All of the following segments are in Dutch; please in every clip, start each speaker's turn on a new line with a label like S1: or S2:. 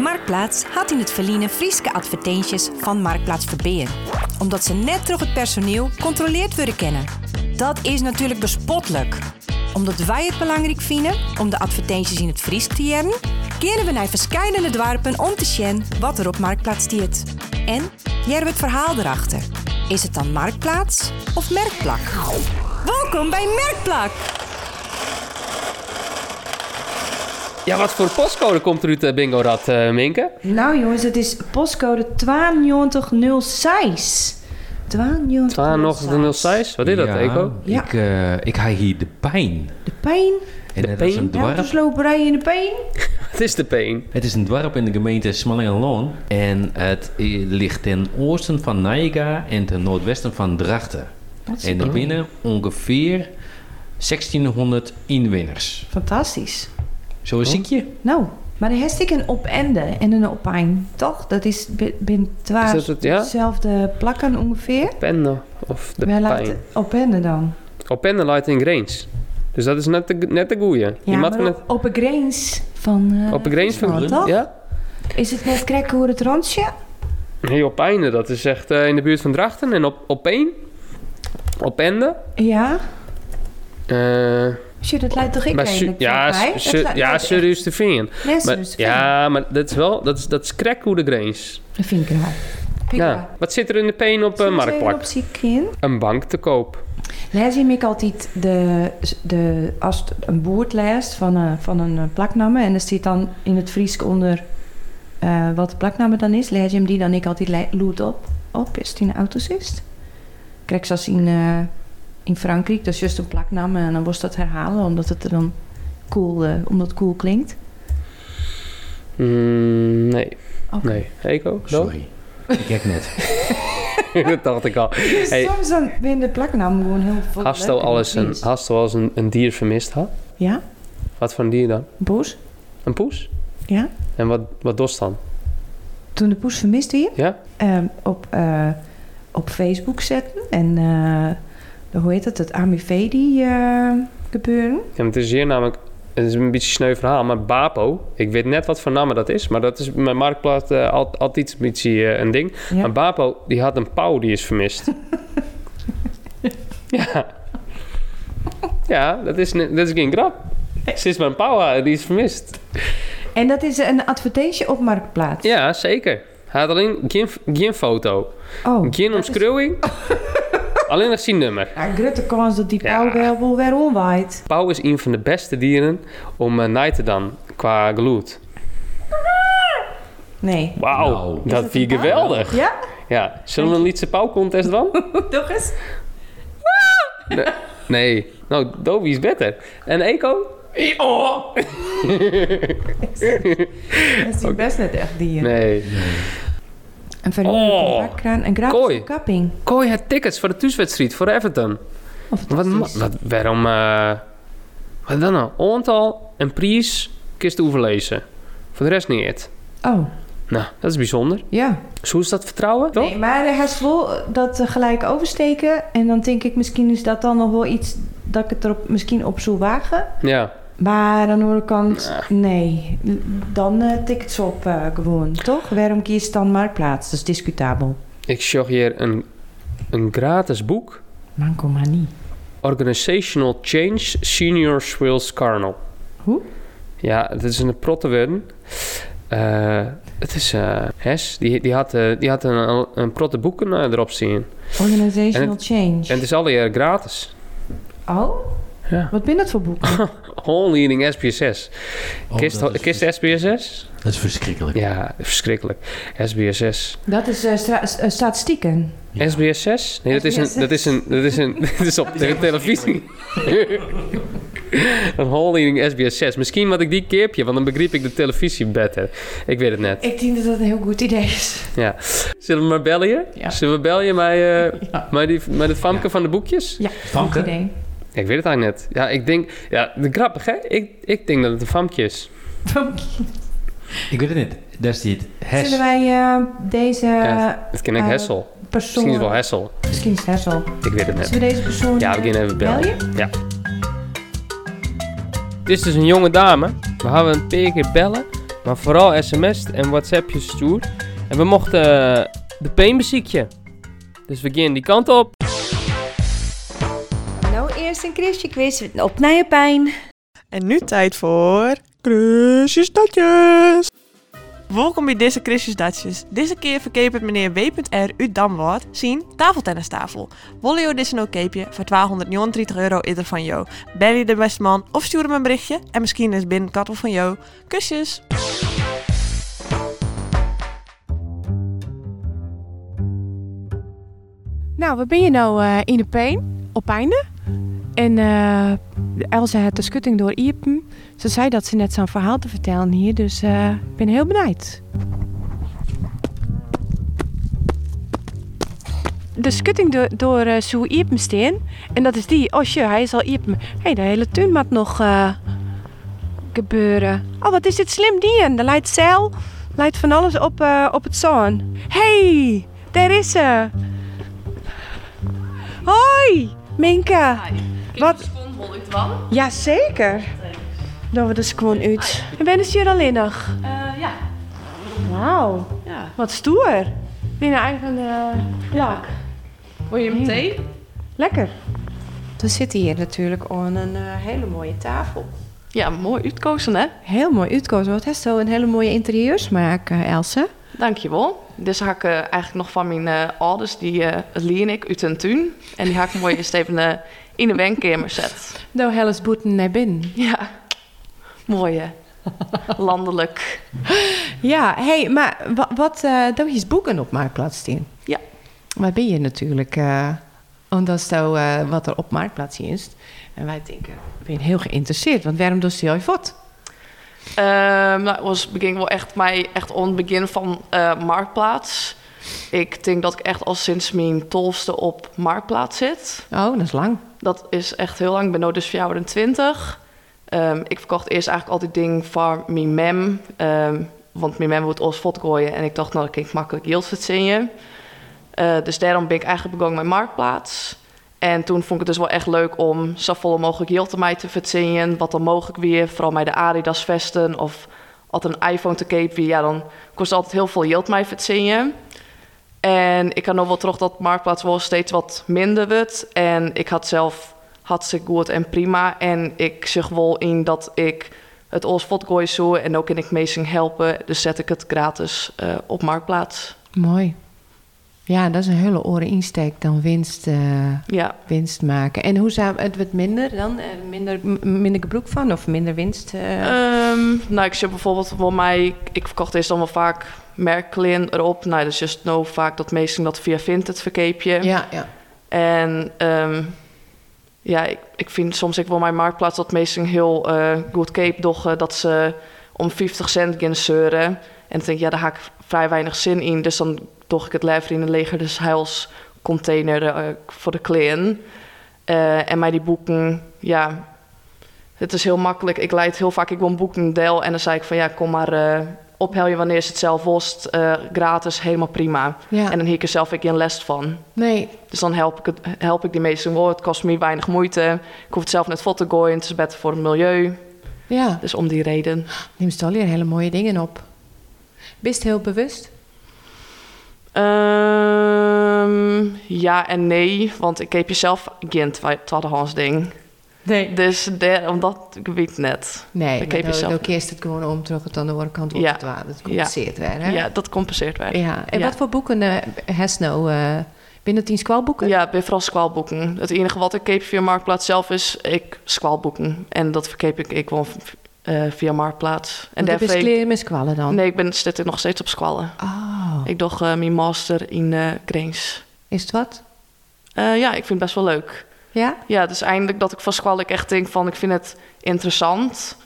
S1: Marktplaats had in het verliezen Frieske advertenties van Marktplaats Verbeer. Omdat ze net terug het personeel controleerd willen kennen. Dat is natuurlijk bespottelijk. Omdat wij het belangrijk vinden om de advertenties in het Fries te jaren, keren we naar verschillende dorpen om te zien wat er op Marktplaats stiert. En jaren we het verhaal erachter. Is het dan Marktplaats of Merkplak? Welkom bij Merkplak!
S2: Ja, wat voor postcode komt er uit de bingo dat, eh, Minke?
S3: Nou jongens, het is postcode 9206. 9206.
S2: Twaan Ah, nog de 06. Wat is dat,
S4: Ja,
S2: Eco?
S3: Ja.
S4: Ik, eh, ik haal hier de pijn.
S3: De pijn.
S2: De
S4: En dat is
S2: pijn?
S4: een
S3: Ja,
S4: dwarp.
S3: sloperij in de pijn.
S2: Het is de peen.
S4: Het is een dwarp in de gemeente Smallingenloon. En het i- ligt ten oosten van Nijega en ten noordwesten van Drachten.
S3: Wat
S4: En er binnen ongeveer 1600 inwoners.
S3: Fantastisch.
S4: Zo
S2: Oh.
S4: zie ik je.
S3: Nou, maar dan heeft ik een opende en een opijn, toch? Dat is bi- binnen
S2: Is
S3: twaalf
S2: dat het, ja?
S3: dezelfde plakken ongeveer.
S2: Penne of de
S3: Wij laten
S2: pijn.
S3: opende dan.
S2: Op penne leidt in Grains. Dus dat is net de, net de goeie. Je
S3: Ja,
S2: moet
S3: maar
S2: net-
S3: op, op een grens van... eh,
S2: op de Grains van...
S3: Grun, toch?
S2: Ja?
S3: Is het net krek hoe het randje?
S2: Nee, op Einde, dat is echt eh, in de buurt van Drachten. En op, op Peen, op Ende.
S3: Ja.
S2: eh,
S3: Shit, dat lijkt toch ik
S2: maar su-
S3: eigenlijk
S2: ja,
S3: vlakbij?
S2: su-
S3: Dat
S2: su-
S3: lijkt-
S2: ja,
S3: lijkt
S2: serieus te vinden.
S3: echt net
S2: Maar,
S3: zo'n
S2: ja, maar dat is wel, dat is, dat is crack hoe de Grains.
S3: Een vinkerhaar.
S2: Ja. Wat zit er in de Peen op eh, Marktplak?
S3: op ziek in.
S2: Een bank te koop.
S3: Daar zie ik altijd de, de, als het een boert leest van, een- van een eh, plakname. En er staat dan in het Fries onder eh, wat de plakname dan is. Lees je hem die dan ik altijd le- loert op. Op is het in de autosist. Krijg zoals in, eh, in Frankrijk. Dat is juist een plakname. En dan was dat herhalen omdat het er dan cool, eh, omdat het cool klinkt.
S2: Mm, nee.
S3: Oké.
S2: Nee. Eco? zo?
S4: Sorry. Ik kijk net.
S2: dat dacht ik al.
S3: Dus
S2: Hey.
S3: soms dan ben de plakname gewoon heel veel.
S2: Hast al alles een, hast al eens een, een dier vermist had?
S3: Ja,
S2: Wat voor een dier dan?
S3: boos.
S2: Een poes?
S3: Ja.
S2: En wat, wat dost dan?
S3: Toen de poes vermist hier.
S2: Ja?
S3: ehm, op, eh, op Facebook zetten. En eh, de- hoe heet het? Het Amifedi eh gebeuren.
S2: ja want het is hier namelijk... Het is een beetje een sneu verhaal, maar Bapo... Ik weet net wat voor namen dat is, maar dat is mijn marktplaats eh, al- altijd een beetje eh, een ding.
S3: Ja.
S2: Maar Bapo, die had een pauw die is vermist. ja. Ja, dat is, ne- dat is geen grap. Sinds mijn pauw, eh, die is vermist.
S3: En dat is een advertentie op Marktplaats.
S2: Ja, zeker. Hij had alleen geen, geen foto.
S3: Oh,
S2: Geen
S3: dat is-
S2: omschreeuwing. Alleen nog zijn nummer.
S3: Ja, grote kans dat die
S2: Ja.
S3: pauw wel, wel weer omwaait.
S2: Pauw is een van de beste dieren om eh naai te dan qua gloed.
S3: Nee.
S2: Wauw,
S4: Nou.
S2: dat
S3: het
S2: vind ik
S3: een pauw?
S2: geweldig.
S3: Ja?
S2: Ja, zullen we een liedse pauwcontest dan?
S3: Toch eens?
S2: nee, nou, Dovi is beter. En Eco? Oh.
S3: Dat is die best net echt die. eh,
S2: Nee.
S3: Een verhuurder
S2: Oh.
S3: van bakkraan, een gratis
S2: Kooi.
S3: kapping.
S2: Kooi het tickets voor de thuiswedstrijd voor Everton.
S3: Of
S2: Wat, ma-
S3: wat,
S2: wat, waarom, eh, wat dan nou? Ontal en prijs kist overlezen. Voor de rest niet. het.
S3: Oh,
S2: Nou, dat is bijzonder.
S3: ja.
S2: Dus hoe is dat vertrouwen? Toch?
S3: Nee, maar hij is wel dat eh, gelijk oversteken. En dan denk ik, misschien is dat dan nog wel iets dat ik het erop misschien op zou wagen.
S2: Ja.
S3: Maar aan de andere kant, nee. Dan eh tikt ze op eh, gewoon, toch? Waarom kies dan Marktplaats? Dat is discutabel.
S2: Ik zag hier een, een gratis boek.
S3: Manco maar niet.
S2: Organizational Change Senior Swills Carnal.
S3: Hoe?
S2: Ja, het is een prottenwurden. Eh het is eh Hes, die, die had, eh, die had een, een protte boeken eh, erop zien. En
S3: Organizational change.
S2: En het is alweer gratis.
S3: oh?
S2: Ja.
S3: Wat ben dat voor boek?
S2: All leading SPSS.
S4: Oh,
S2: Kist,
S4: dat, is
S2: kist
S4: vers-
S2: SPSS?
S4: dat is verschrikkelijk.
S2: Ja, verschrikkelijk. SBSS.
S3: dat is eh, stra- eh, statistieken.
S4: Ja.
S2: SBSS? Nee, dat is een. Dat is, een, dat is, een, dat is op de televisie. een hall-leading SBS6. Misschien wat ik die keerpje, want dan begreep ik de televisie beter. Ik weet het net.
S3: Ik denk dat dat een heel goed idee is.
S2: Ja. Zullen we maar bellen je?
S3: Ja.
S2: Zullen we bellen je met, eh met, die, met het famke van de boekjes?
S3: Ja,
S4: Dank,
S3: goed
S4: hè?
S3: idee.
S2: Ik weet het eigenlijk net. Ja, ik denk... Ja, de- grappig, hè? Ik, ik denk dat het een famke is.
S4: Ik weet het niet. Daar staat
S3: Zullen
S4: Hes.
S3: wij eh, deze
S2: Ja, Het ken ik
S3: eh,
S2: Hessel.
S3: persoon...
S2: Misschien is het wel Hessel.
S3: Misschien is het Hessel.
S2: Ik weet het net.
S3: Zullen we deze persoon...
S2: Ja, we
S3: eh,
S2: gaan even
S3: je?
S2: bellen. Ja. Dit is dus een jonge dame. We gaan een paar keer bellen. Maar vooral sms't en whatsappjes stuurt. En we mochten eh, de peen beziekje. Dus we gingen die kant op.
S5: Nou, eerst een Christje quiz op Nijenpijn.
S6: En nu tijd voor Christjesdatjes. Welkom bij deze Christjesdatjes. Deze keer verkeep het meneer W.R. uit Damwoord zien tafeltennistafel. Wil je deze nou keepje voor 1239 euro ieder van jou? Bel je de beste man of stuur hem een berichtje en misschien is binnenkort wel van jou. Kusjes!
S7: Nou, we ben je nou eh, in de pijn, op einde. En eh, Elsa had de schutting door Iepen. Ze zei dat ze net zo'n verhaal te vertellen hier, dus eh, ik ben heel benijd. De schutting door, door eh, Sue Iepen steen. En dat is die. Oh, sure, hij is al Iepen. Hé, de hele tuin moet nog eh, gebeuren. Oh, wat is dit slim dien. Er leidt zeil, leidt van alles op, eh, op het zon. Hé, hey, daar is ze. Hoi, Minke. Wat? Ja, zeker. Dan we dus gewoon uit. En ben je er alleen nog? ja. Wauw. Wat stoer. Ben je eigen eh, plak. Wil je hem thee? Lekker.
S3: We zitten hier natuurlijk aan een eh, hele mooie tafel.
S8: Ja, mooi uitkozen, hè?
S3: Heel mooi uitkozen. Wat heeft zo een hele mooie interieursmaak, eh, Elsa?
S8: Dankjewel. Dus had ik eh, eigenlijk nog van mijn eh, ouders, die eh, het leer ik uit een tuin. En die had ik mooi eerst even eh, in de wenkamer zet.
S7: Nou, Helles boeten naar binnen.
S8: Ja, mooi hè? Landelijk.
S3: Ja, hey, maar wa- wat, eh daar is boeken op Marktplaats in.
S8: Ja.
S3: Waar ben je natuurlijk, eh omdat zo eh, wat er op Marktplaats is. En wij denken, ik ben heel geïnteresseerd, want waarom doe je je wat?
S8: Ehm nou, het was begin wel echt mij echt on het begin van eh, Marktplaats. Ik denk dat ik echt al sinds mijn tolfste op Marktplaats zit.
S3: Oh, dat is lang.
S8: Dat is echt heel lang. Ik ben nu dus verjaardag en 20. Ehm, ik verkocht eerst eigenlijk altijd dingen voor mijn mem. Ehm, want mijn mem wordt ons vod gooien. En ik dacht, nou, dat kan ik makkelijk geld verdienen. Eh dus daarom ben ik eigenlijk begonnen met Marktplaats. En toen vond ik het dus wel echt leuk om zo volle mogelijk geld te mij te verdienen. Wat dan mogelijk weer, vooral mij de Adidas vesten of had een iPhone te koop weer. Ja, dan kost het altijd heel veel geld mij verdienen. En ik kan nog wel terug dat Marktplaats wel steeds wat minder wordt. En ik had zelf hartstikke goed en prima. En ik zeg wel in dat ik het als vodgooi zo en ook kan ik meesting helpen. Dus zet ik het gratis eh, op Marktplaats.
S3: Mooi. Ja, dat is een hele oren insteek dan winst, eh,
S8: Ja,
S3: winst maken. En hoe zou het wat minder dan? Eh, minder, m- minder gebroek van of minder winst? eh?
S8: Ehm, nou, ik zie bijvoorbeeld voor mij, ik verkocht eerst allemaal vaak merklin erop. Nou, dat is just nou vaak dat meesting dat via Vinted verkeepje.
S3: ja, ja.
S8: En ehm, ja, ik, ik vind soms, ik wil mijn marktplaats dat meesting heel eh goed cape doggen. Dat ze om 50 cent gaan zeuren. En dan denk ik, ja, daar ga ik vrij weinig zin in. Dus dan toch ik het liever in een leger dus huils container eh, voor de cliënt. Eh, en mij die boeken, ja, het is heel makkelijk. Ik leid heel vaak, ik wil een boekendeel. En dan zei ik van, ja, kom maar eh ophaal je wanneer ze het zelf wost. eh, gratis, helemaal prima.
S3: ja.
S8: En dan hik ik er zelf ik geen les van.
S3: nee,
S8: Dus dan help ik, het, help ik die meesten wel. Het kost me weinig moeite. Ik hoef het zelf net vol te gooien. Het is beter voor het milieu.
S3: ja.
S8: Dus om die reden.
S3: Neemt al hier hele mooie dingen op. Best heel bewust.
S8: Ehm, ja en nee. Want ik heb jezelf geen twa- tweedehands ding.
S3: Nee.
S8: Dus daar- omdat ik weet net.
S3: Nee,
S8: Dat
S3: maar
S8: heb je
S3: dan-
S8: zelf
S3: dan keerst het gewoon om, terug het aan de andere kant op
S8: Ja.
S3: het water. Dat
S8: Ja.
S3: compenseert weer, hè?
S8: Ja, dat compenseert wij.
S3: Ja. En
S8: Ja.
S3: wat voor boeken eh has nou? eh, binnen tien squalboeken?
S8: Ja, bij vooral squalboeken. Het enige wat ik keep via Marktplaats zelf is ik squalboeken. En dat verkeep ik, ik wel eh, via Marktplaats. En
S3: En dat is
S8: daarvoor-
S3: kleren met squallen dan?
S8: Nee, ik ben zit nog steeds op squallen.
S3: Oh,
S8: Ik doe eh, mijn master in eh Grains.
S3: is het wat?
S8: Eh, ja, ik vind het best wel leuk.
S3: Ja?
S8: Ja, dus eindelijk dat ik van Squalik echt denk van... ik vind het interessant.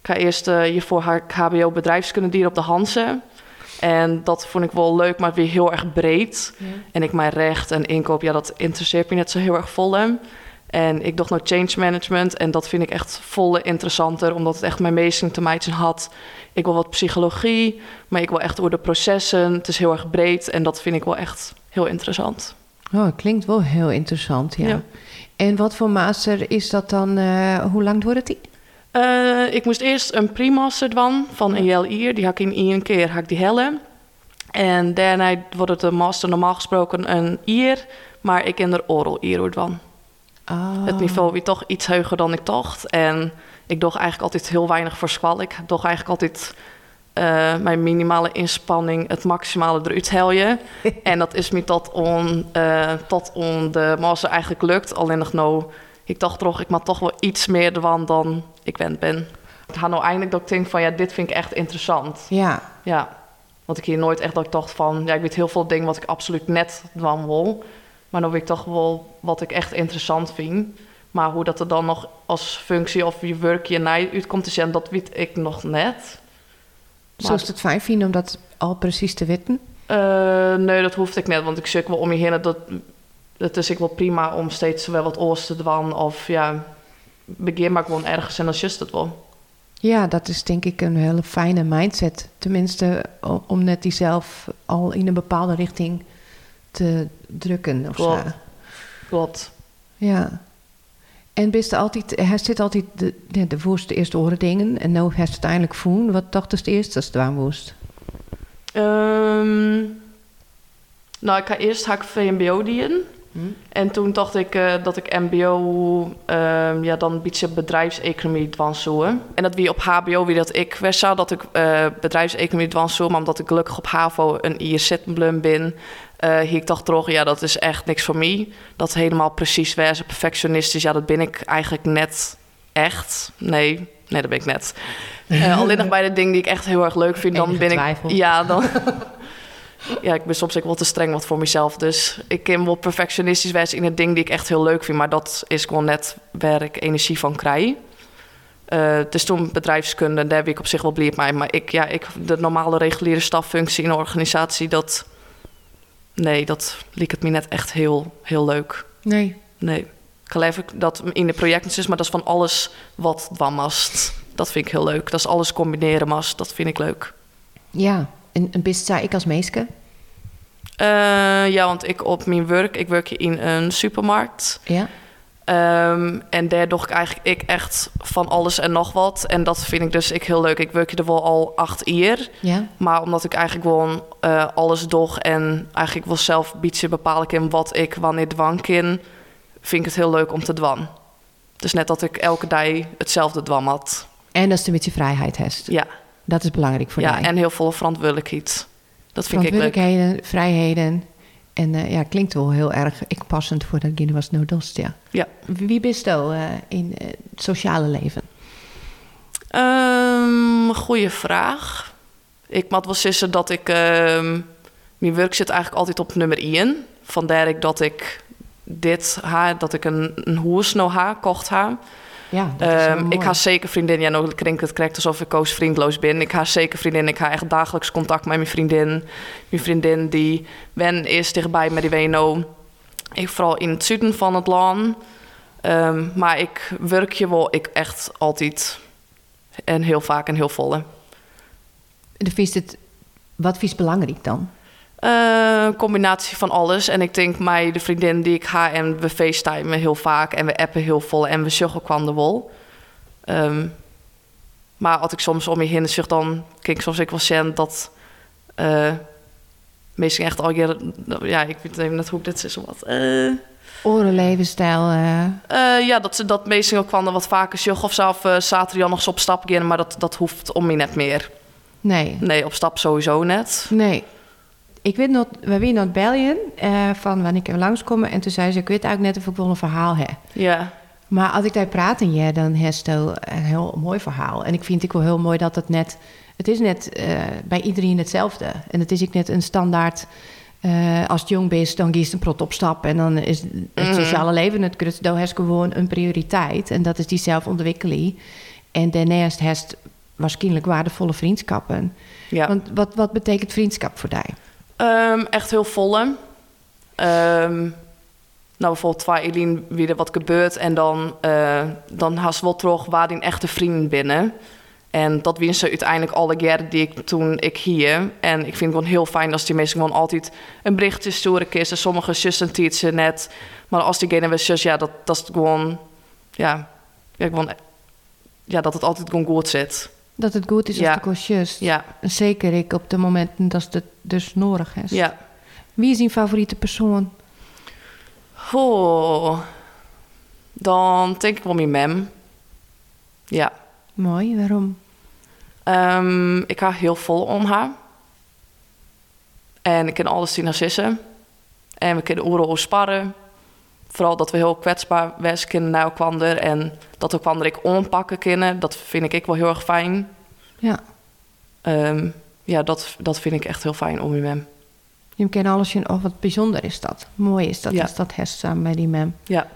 S8: Ik ga eerst eh, hiervoor haar hbo bedrijfskunde dieren op de Hansen. En dat vond ik wel leuk, maar weer heel erg breed. En ik mijn recht en inkoop, ja, dat interesseert me net zo heel erg volle. En ik dacht nou change management. En dat vind ik echt volle interessanter, omdat het echt mijn meesting te maken had. Ik wil wat psychologie, maar ik wil echt door de processen. Het is heel erg breed en dat vind ik wel echt heel interessant.
S3: Oh, het klinkt wel heel interessant, ja.
S8: Ja.
S3: En wat voor master is dat dan? eh, hoe lang duurt het die?
S8: Eh, ik moest eerst een primaster dwan van een JLI'er. Die had ik in één keer had ik die helle. En daarna wordt het een master normaal gesproken een IR. Maar ik in de oral IR dwan.
S3: Oh,
S8: Het niveau weer toch iets hoger dan ik dacht. En ik doe eigenlijk altijd heel weinig voor squal. Ik doe eigenlijk altijd eh, mijn minimale inspanning, het maximale eruit helje. en dat is me tot on, eh, tot on de master eigenlijk lukt. Alleen nog nou, ik dacht toch, ik maak toch wel iets meer ervan dan ik wend ben. Ik had nou eindelijk dat ik denk van, ja, dit vind ik echt interessant.
S3: Ja.
S8: Ja, want ik hier nooit echt dat ik dacht van... Ja, ik weet heel veel dingen wat ik absoluut net dan wil. Maar dan weet ik toch wel wat ik echt interessant vind. Maar hoe dat er dan nog als functie of je werk je naar je uitkomt te zijn... dat weet ik nog net.
S3: Zo is het fijn vinden om dat al precies te weten.
S8: Eh, nee, dat hoefde ik net, want ik zoek wel om je heen. Dat, dat is ik wel prima om steeds wel wat oors te doen. Of ja, begin maar gewoon ergens en dan is het wel.
S3: Ja, dat is denk ik een hele fijne mindset. Tenminste, o- om net die zelf al in een bepaalde richting te drukken of zo.
S8: Klopt. Klopt.
S3: Ja. En bist er altijd, hij zit altijd de, de, de woest de eerste oren dingen en nou heeft het eindelijk voelen. Wat dacht is het eerste als het waar woest?
S8: Ehm, nou, ik ga eerst had ik VMBO dienen. En toen dacht ik eh, dat ik MBO, ehm, ja, dan een beetje bedrijfseconomie dwansoe. En dat wie op HBO, wie dat ik wist, zou dat ik eh, bedrijfseconomie dwansoe. Maar omdat ik gelukkig op HAVO een IR-sittenblum ben, eh ik dacht toch, ja, dat is echt niks voor mij. Dat helemaal precies wezen, perfectionistisch, ja, dat ben ik eigenlijk net echt. Nee, nee, dat ben ik net. Eh, alleen nog bij de dingen die ik echt heel erg leuk vind, dan
S3: Enige
S8: ben ik...
S3: twijfel.
S8: Ja, dan... Ja, ik ben soms ook wel te streng wat voor mezelf. Dus ik kan wel perfectionistisch wijs in het ding die ik echt heel leuk vind. Maar dat is gewoon net waar ik energie van krijg. Eh dus toen bedrijfskunde, daar ben ik op zich wel blij mee. Maar ik, ja, ik, de normale reguliere staffunctie in een organisatie, dat... Nee, dat liep het me net echt heel, heel leuk.
S3: Nee.
S8: Nee. Ik geloof ik dat in de projecten is, maar dat is van alles wat dwan mast. Dat vind ik heel leuk. Dat is alles combineren mast. Dat vind ik leuk.
S3: Ja, en, en bist zei ik als meeske?
S8: Eh, ja, want ik op mijn werk, ik werk hier in een supermarkt.
S3: Ja.
S8: Ehm, en daar doe ik eigenlijk ik echt van alles en nog wat. En dat vind ik dus ik heel leuk. Ik werk hier er wel al acht jaar.
S3: Ja.
S8: Maar omdat ik eigenlijk gewoon eh, alles doe en eigenlijk wel zelf beetje bepalen in wat ik wanneer dwang kan, vind ik het heel leuk om te dwan. Dus net dat ik elke dag hetzelfde dwam had.
S3: En dat is een beetje vrijheid heeft.
S8: Ja,
S3: Dat is belangrijk voor
S8: ja
S3: jou.
S8: en heel veel verantwoordelijkheid. Dat vind ik leuk.
S3: Verantwoordelijkheden, vrijheden. En eh, ja, klinkt wel heel erg ik passend voor dat kind was noodlst, ja.
S8: Ja.
S3: Wie bist je in eh, het sociale leven?
S8: Ehm goeie vraag. Ik moet wel zeggen dat ik... ehm, mijn werk zit eigenlijk altijd op nummer 1. Vandaar ik dat ik dit ha, dat ik een, een hoers nou ha, kocht ha.
S3: Ja,
S8: Ehm, ik ga zeker vriendin, ja, nou klinkt het correct alsof ik koos vriendloos ben. Ik ga zeker vriendin, ik ga echt dagelijks contact met mijn vriendin. Mijn vriendin die wen is dichtbij met die WNO. Ik vooral in het zuiden van het land. Ehm, maar ik werk je wel, ik echt altijd en heel vaak en heel volle.
S3: De vies het, wat vies belangrijk dan?
S8: Eh, een combinatie van alles. En ik denk mij, de vriendin die ik ga en we facetimen heel vaak en we appen heel vol en we zuchten kwam de wol. Ehm, maar als ik soms om je heen zucht, dan kijk ik soms ik wel zin dat eh meestal echt al jaren, ja, ik weet even net hoe ik dit is of wat. Eh,
S3: Orenlevensstijl. eh
S8: eh, ja, dat ze dat meestal kwam dan wat vaker zuchten of zelf eh, zaterdag nog eens op stap gaan, maar dat, dat hoeft om je net meer.
S3: nee.
S8: Nee, op stap sowieso net.
S3: Nee. Ik weet nog, we waren naar België eh, van wanneer ik langskom. En toen zei ze, ik weet eigenlijk net of ik wel een verhaal heb.
S8: Ja.
S3: Maar als ik daar praat in je, dan heeft het wel een heel mooi verhaal. En ik vind het ook wel heel mooi dat het net... Het is net eh, bij iedereen hetzelfde. En het is ook net een standaard... eh, als het jong bent, dan kies je een prot op stap. En dan is
S8: Mhm.
S3: het sociale leven, het kunstdoel, is gewoon een prioriteit. En dat is die zelfontwikkeling. En daarnaast heeft waarschijnlijk waardevolle vriendschappen.
S8: Ja.
S3: Want wat, wat betekent vriendschap voor jou?
S8: Ehm, echt heel volle. Ehm nou, bijvoorbeeld waar Elin weer wat gebeurt en dan, eh dan haast wel terug waar die echte vrienden binnen. En dat wist ze uiteindelijk alle jaren die ik toen ik hier. En ik vind het gewoon heel fijn als die mensen gewoon altijd een berichtje sturen is. En sommige zussen tiet ze net. Maar als diegene weer zus, ja, dat, dat is gewoon, ja, ja, gewoon ja, dat het altijd gewoon goed zit.
S3: Dat het goed is
S8: Ja.
S3: of de koosjes.
S8: Ja,
S3: Zeker ik op de momenten dat het dus nodig is.
S8: ja.
S3: Wie is je favoriete persoon?
S8: Oh. Dan denk ik wel mijn mem. Ja.
S3: Mooi, waarom?
S8: Ehm, ik ga heel vol om haar. En ik ken alles die narcissen. En we kunnen oerol sparren. Vooral dat we heel kwetsbaar wezen kunnen naar elkaar. En dat we elkaar ik onpakken kunnen. Dat vind ik wel heel erg fijn.
S3: Ja,
S8: Ehm, ja, dat, dat vind ik echt heel fijn om je mem.
S3: je kent alles in, oh wat bijzonder is dat. Mooi is dat,
S8: Ja.
S3: als dat herst samen met die mem.
S8: Ja.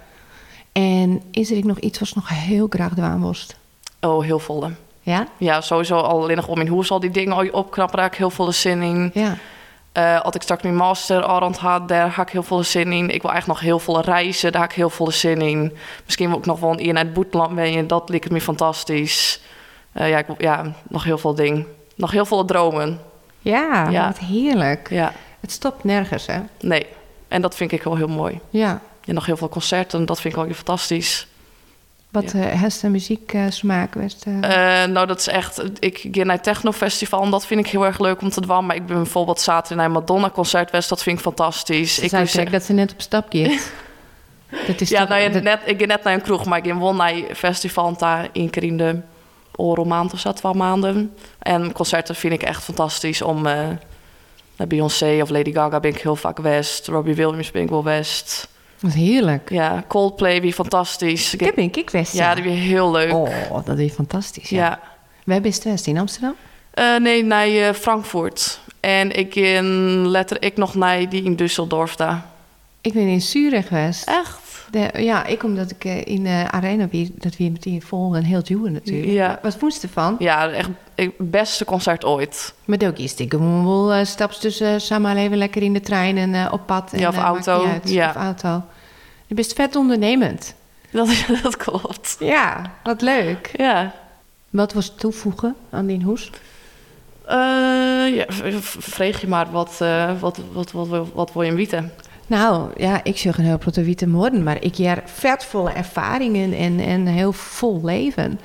S3: En is er ook nog iets wat ze nog heel graag doen worst?
S8: Oh, heel volle.
S3: Ja?
S8: Ja, sowieso al alleen nog om in hoes al die dingen al je opknappen. Daar heb ik heel veel zin in.
S3: Ja.
S8: Eh, als ik straks mijn master Arend had, daar had ik heel veel zin in. Ik wil eigenlijk nog heel veel reizen, daar had ik heel veel zin in. Misschien wil ik nog wel een eer naar het boetland brengen, dat lijkt me fantastisch. Eh, ja, ik, wil- ja, nog heel veel dingen. Nog heel veel dromen.
S3: Ja,
S8: Ja.
S3: wat heerlijk.
S8: Ja,
S3: Het stopt nergens, hè?
S8: nee. En dat vind ik wel heel mooi.
S3: Ja.
S8: En nog heel veel concerten, dat vind ik ook weer fantastisch.
S3: Wat ja. muziek eh, smaak werd. eh,
S8: Eh, nou, dat is echt... Ik ga naar het technofestival en dat vind ik heel erg leuk om te dwan. Maar ik ben bijvoorbeeld zaterdag naar een Madonna-concert geweest. Dat vind ik fantastisch.
S3: ze
S8: ik
S3: zei
S8: ben
S3: direct dat ze net op stap gaat. dat is
S8: Ja,
S3: toch-
S8: nou, ja,
S3: dat-
S8: net, ik ga net naar een kroeg, maar ik ging wel naar een festival daar in Kriende. Oral maand of zo, twaalf maanden. En concerten vind ik echt fantastisch om eh, naar Beyoncé of Lady Gaga ben ik heel vaak west. Robbie Williams ben ik wel west.
S3: wat heerlijk.
S8: Ja, Coldplay weer fantastisch.
S3: Ik heb een kikwest.
S8: ja, die weer heel leuk.
S3: Oh, dat is fantastisch. Ja.
S8: ja.
S3: Wij best west in Amsterdam.
S8: Eh, nee, naar eh, Frankfurt. En ik in letter ik nog naar die in Düsseldorf daar.
S3: Ik ben in Zurich west.
S8: Echt?
S3: De- ja, ik omdat ik eh, in de arena weer, dat weer meteen vol en heel duwen natuurlijk.
S8: Ja.
S3: Wat moest ervan?
S8: Ja, echt het beste concert ooit.
S3: Maar ook is ik gewoon wel eh, staps tussen eh, samen leven lekker in de trein en eh, op pad. en,
S8: Ja, of
S3: eh, maakt
S8: auto.
S3: niet uit.
S8: Ja.
S3: Of auto. Je bent vet ondernemend.
S8: Dat, dat klopt.
S3: Ja, wat leuk.
S8: Ja.
S3: Wat was toevoegen aan die hoes?
S8: Eh, ja, v- v- vreeg je maar wat, eh, wat, wat, wat, wil- wat wil je hem weten?
S3: Nou, ja, ik zeg een heel platte witte morgen, maar ik jaar vetvolle ervaringen en, en heel vol leven.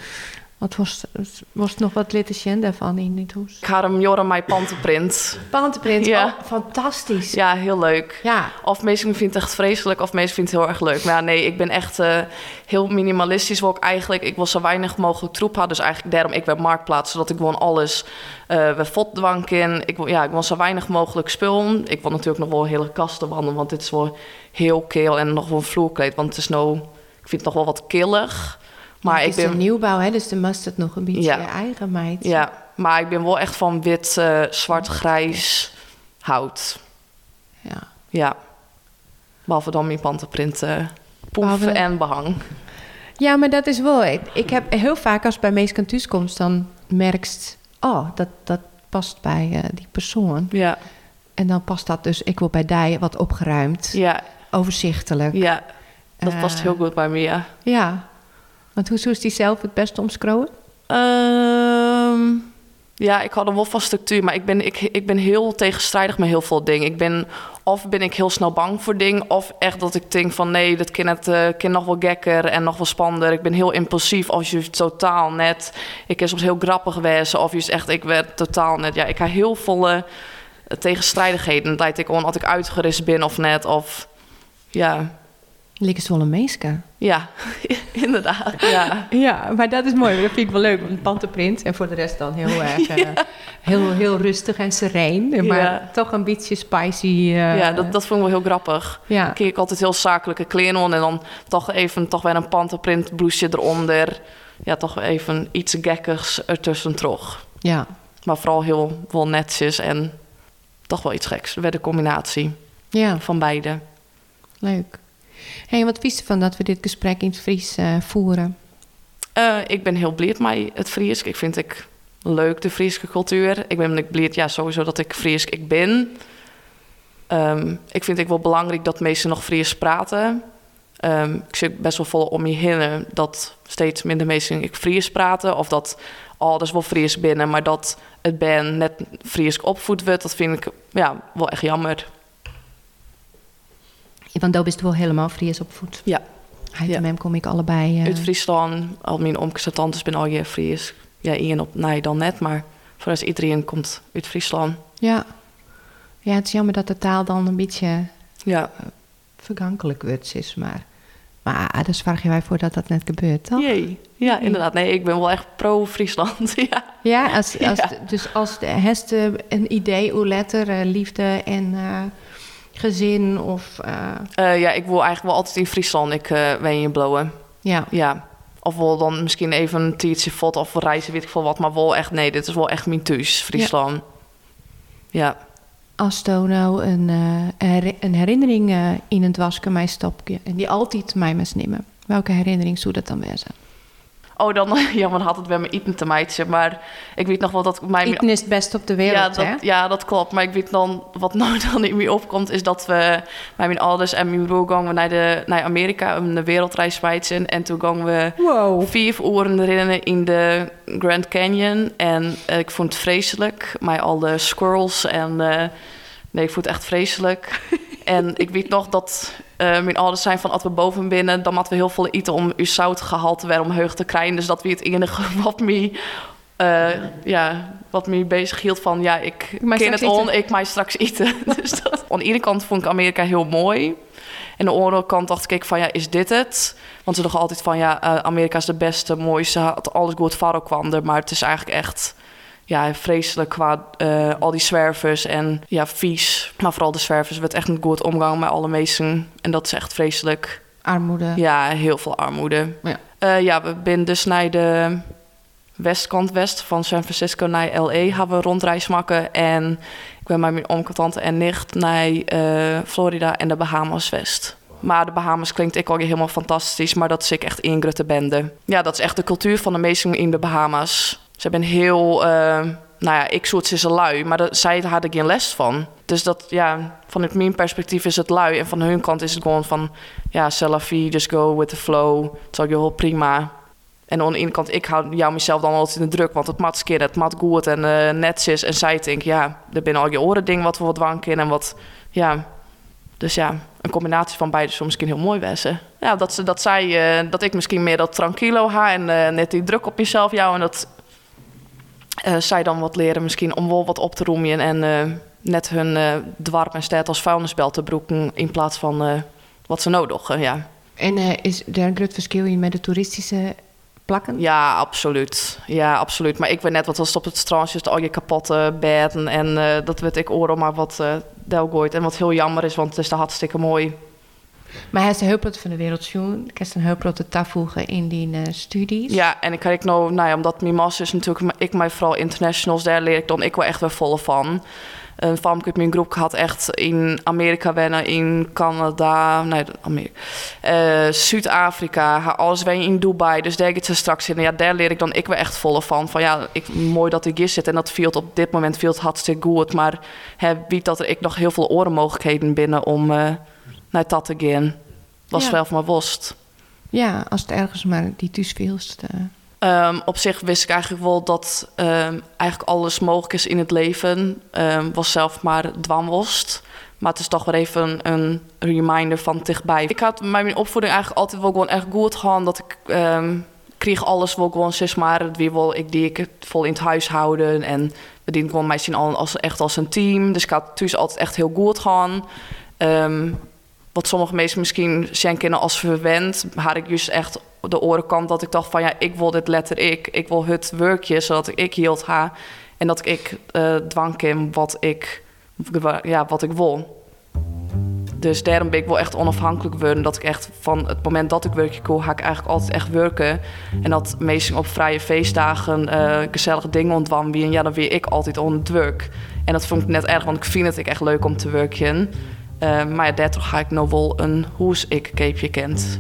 S3: Wat was, was het nog wat litigen daarvan in dit hoes?
S8: Ik ga hem Joram mijn pantenprint.
S3: Pantenprint,
S8: Ja.
S3: oh, fantastisch. Ja.
S8: Ja, heel leuk. Of meestal vindt het echt vreselijk, of meestal vindt het heel erg leuk. Maar ja, nee, ik ben echt eh, heel minimalistisch. Wil ik eigenlijk, ik wil zo weinig mogelijk troep hebben. Dus eigenlijk daarom, ik ben marktplaats, zodat ik gewoon alles eh weer fotdwank in. Ik wil, ja, ik wil zo weinig mogelijk spul. Ik wil natuurlijk nog wel hele kasten wandelen, want dit is wel heel keel. En nog wel een vloerkleed, want het is nou, ik vind het nog wel wat killig. Maar
S3: het
S8: ik
S3: is
S8: ben...
S3: een nieuwbouw, hè, dus dan must het nog een beetje
S8: Ja.
S3: je eigen meid.
S8: Ja, maar ik ben wel echt van wit, eh, zwart, grijs, hout.
S3: Ja.
S8: Ja. Behalve dan mijn pantenprint, eh, poef
S3: Behalve-
S8: en behang.
S3: Ja, maar dat is wel. Ik, ik heb heel vaak als bij mensen thuiskomt, dan merkst, oh, dat, dat past bij eh, die persoon.
S8: Ja,
S3: En dan past dat dus, ik wil bij die wat opgeruimd,
S8: ja,
S3: overzichtelijk.
S8: ja. Dat
S3: Eh,
S8: past heel goed bij Mia.
S3: Ja, want hoe zou je die zelf het beste omscrollen?
S8: Ehm, ja, ik had een wel van structuur, maar ik ben, ik, ik ben heel tegenstrijdig met heel veel dingen. Ik ben, of ben ik heel snel bang voor dingen, of echt dat ik denk van nee, dat kind, het, eh, kind nog wel gekker en nog wel spannender. Ik ben heel impulsief, of je totaal net. Ik kan soms heel grappig wezen, of je is echt, ik werd totaal net. Ja, ik heb heel veel eh, tegenstrijdigheden. Dat ik gewoon, als ik uitgerust ben of net, of ja,
S3: Lik is wel een meeske.
S8: ja, inderdaad, ja.
S3: Ja, maar dat is mooi. Dat vind ik wel leuk. Een pantenprint. En voor de rest dan heel erg eh, heel, heel rustig en sereen. Maar
S8: Ja.
S3: toch een beetje spicy. eh,
S8: Ja, dat, dat vond ik wel heel grappig.
S3: ja.
S8: keek ik altijd heel zakelijke kleren om en dan toch even toch weer een pantenprint blouseje eronder. Ja, toch even iets gekkigs ertussen trog.
S3: ja,
S8: Maar vooral heel wel netjes en toch wel iets geks. Weer de combinatie
S3: ja,
S8: van beide.
S3: leuk. Hé, hey, wat vies ervan dat we dit gesprek in het Fries eh, voeren?
S8: Eh, ik ben heel blij met het Fries. Ik vind ik leuk de Friese cultuur. Ik ben ik blij ja, sowieso dat ik Fries ik ben. Ehm, ik vind het wel belangrijk dat mensen nog Fries praten. Ehm, ik zit best wel vol om je heen dat steeds minder mensen ik Fries praten. Of dat alles wel Fries binnen, maar dat het ben net Fries opvoed wordt. Dat vind ik ja, wel echt jammer.
S3: Want daar bist wel helemaal Fries opvoed.
S8: Ja.
S3: Uit
S8: Ja.
S3: de mem kom ik allebei. eh,
S8: Uit Friesland, al mijn oomkes en tantes ben al je Fries. Ja, Ian op nee dan net, maar voor ons iedereen komt uit Friesland.
S3: ja. ja, het is jammer dat de taal dan een beetje
S8: Ja,
S3: vergankelijk wordt, is maar. Maar ah, daar zorgen wij voor dat dat net gebeurt, toch?
S8: Oh. jee. Ja, inderdaad. Nee, ik ben wel echt pro-Friesland. ja.
S3: Ja, als, als,
S8: Ja.
S3: dus als de, heeft de- een idee hoe letter eh, liefde en eh, gezin of eh,
S8: Eh, ja, ik woon eigenlijk wel altijd in Friesland. Ik eh ben in Blowen.
S3: ja.
S8: Ja. Of wel dan misschien even een tiertje vod of reizen, weet ik veel wat. Maar wel echt, nee, dit is wel echt mijn thuis, Friesland. Ja.
S3: Als Tono een, eh, her- een herinnering eh, in het wasken mij stopje en die altijd mij mes nemen. Welke herinnering zou dat dan wezen?
S8: Oh, dan, ja, maar dan had het bij me eten te meidje. Maar ik weet nog wel dat ik mij...
S3: Iten is het best op de
S8: ja,
S3: wereld, hè?
S8: dat, ja, dat klopt. Maar ik weet dan, wat nou dan in me opkomt, is dat we bij mijn ouders en mijn broer gingen we naar, de, naar Amerika om de wereldreis wijzen. En toen gingen we
S9: Wow.
S8: vier uren rennen in de Grand Canyon. En eh, ik vond het vreselijk. Maar al de squirrels en... eh, nee, ik vond het echt vreselijk. en ik weet nog dat eh, mijn ouders zijn van... als we boven binnen, dan hadden we heel veel eten... om uw zoutgehalte weer omhoog te krijgen. Dus dat was het enige wat me... eh, ja, wat me bezig hield van... ja, ik
S3: mij
S8: ken
S3: straks
S8: het on,
S3: eten.
S8: ik mij straks eten. dus dat, aan de ene kant vond ik Amerika heel mooi... En aan de andere kant dacht ik van, ja, is dit het? Want ze dachten altijd van, ja, eh, Amerika is de beste, mooiste, had alles goed varo kwam er. Maar het is eigenlijk echt, ja, vreselijk qua eh, al die zwervers en ja, vies. Maar vooral de zwervers werd echt een goed omgang met alle mensen. En dat is echt vreselijk.
S3: Armoede.
S8: Ja, heel veel armoede.
S3: Ja.
S8: Eh, ja, we zijn dus naar de westkant west van San Francisco naar L.A. gaan we rondreis maken. En ik ben met mijn oom, tante en nicht naar eh, Florida en de Bahamas west. Maar de Bahamas klinkt ik al helemaal fantastisch, maar dat is ik echt in grote bende. Ja, dat is echt de cultuur van de meesten in de Bahamas. Ze hebben heel, eh, nou ja, ik soort ze ze lui, maar dat, zij hadden geen les van. Dus dat, ja, vanuit mijn perspectief is het lui en van hun kant is het gewoon van, ja, selfie, just go with the flow. Het is ook heel prima. En aan de ene kant, ik hou jou mezelf dan altijd in de druk, want het mat skeer, het mat goed en eh net is. En zij denkt, ja, er binnen al je oren ding wat we wat wanken en wat, ja. Dus ja, een combinatie van beide zou misschien heel mooi wezen. Ja, dat, ze, dat, zij, eh, dat ik misschien meer dat tranquilo ha en eh, net die druk op mezelf jou. En dat eh, zij dan wat leren misschien om wel wat op te roemen en eh, net hun eh dwarp en stad als vuilnisbel te broeken in plaats van eh, wat ze nodig hebben, ja.
S3: En eh, is er een groot verschil in met de toeristische plakken?
S8: Ja, absoluut. Ja, absoluut. Maar ik ben net wat was het op het strand, dus al je kapotte bedden en eh, dat werd ik oren maar wat eh delgooit. En wat heel jammer is, want het is daar hartstikke mooi.
S3: Maar hij is een heel groot van de wereld zoen. Ik heb een heel grote toevoegen in die eh, studies.
S8: Ja, en ik kijk nou, nou ja, omdat mijn master is natuurlijk, ik mij vooral internationals, daar leer ik dan ik wel echt weer vol van. Een farm ik mijn groep had echt in Amerika wennen, in Canada, nee, Amerika, eh, Zuid-Afrika, ha- alles wennen in Dubai. Dus daar gaat ze straks in. En Ja, daar leer ik dan ik weer echt vol van. Van ja, ik, mooi dat ik hier zit. En dat viel op dit moment viel het hartstikke goed. Maar hè, weet dat er ik nog heel veel orenmogelijkheden binnen om eh, naar dat te gaan. Was
S3: Ja.
S8: wel van mijn worst.
S3: Ja, als het ergens maar die thuisveelst. eh
S8: Ehm, op zich wist ik eigenlijk wel dat ehm, eigenlijk alles mogelijk is in het leven. Ehm, was zelf maar dwangworst. Maar het is toch weer even een reminder van dichtbij. Ik had met mijn opvoeding eigenlijk altijd wel gewoon echt goed gehad. Dat ik ehm, kreeg alles wel gewoon, zeg maar, het wie wil ik die ik het vol in het huis houden. En we dienden gewoon mij zien al als, echt als een team. Dus ik had thuis altijd echt heel goed gaan. Ehm, wat sommige mensen misschien zijn kennen als verwend, had ik juist echt de oren kant dat ik dacht van ja, ik wil dit letter ik, ik wil het werkje, zodat ik hield ha en dat ik eh dwang in wat ik, ja, wat ik wil. Dus daarom ben ik wel echt onafhankelijk worden. Dat ik echt van het moment dat ik werkje koel, ga ik eigenlijk altijd echt werken. En dat meestal op vrije feestdagen eh, gezellige dingen ontwam wie. En ja, dan weer ik altijd onder het werk. En dat vond ik net erg, want ik vind het ik echt leuk om te werken. Eh, maar ja, daardoor ga ik nog wel een hoes ik keepje kent.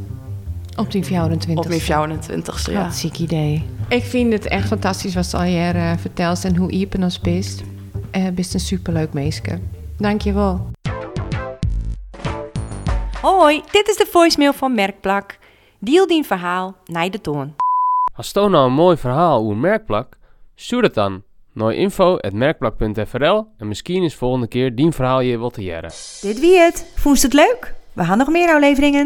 S3: op die 24.
S8: Op mijn 24ste, ja.
S3: Wat ziek idee. Ik vind het echt fantastisch wat Aljer eh vertelt en hoe Iepen ons best. Eh best een superleuk meisje. Dankjewel.
S10: Hoi, dit is de voicemail van Merkplak. Deal dien verhaal naar de toon.
S2: Als toon nou een mooi verhaal over merkplak, stuur dat dan. Nooi info en misschien is volgende keer dien verhaal je wat te jaren.
S10: Dit wie het. Vond je het leuk? We gaan nog meer afleveringen.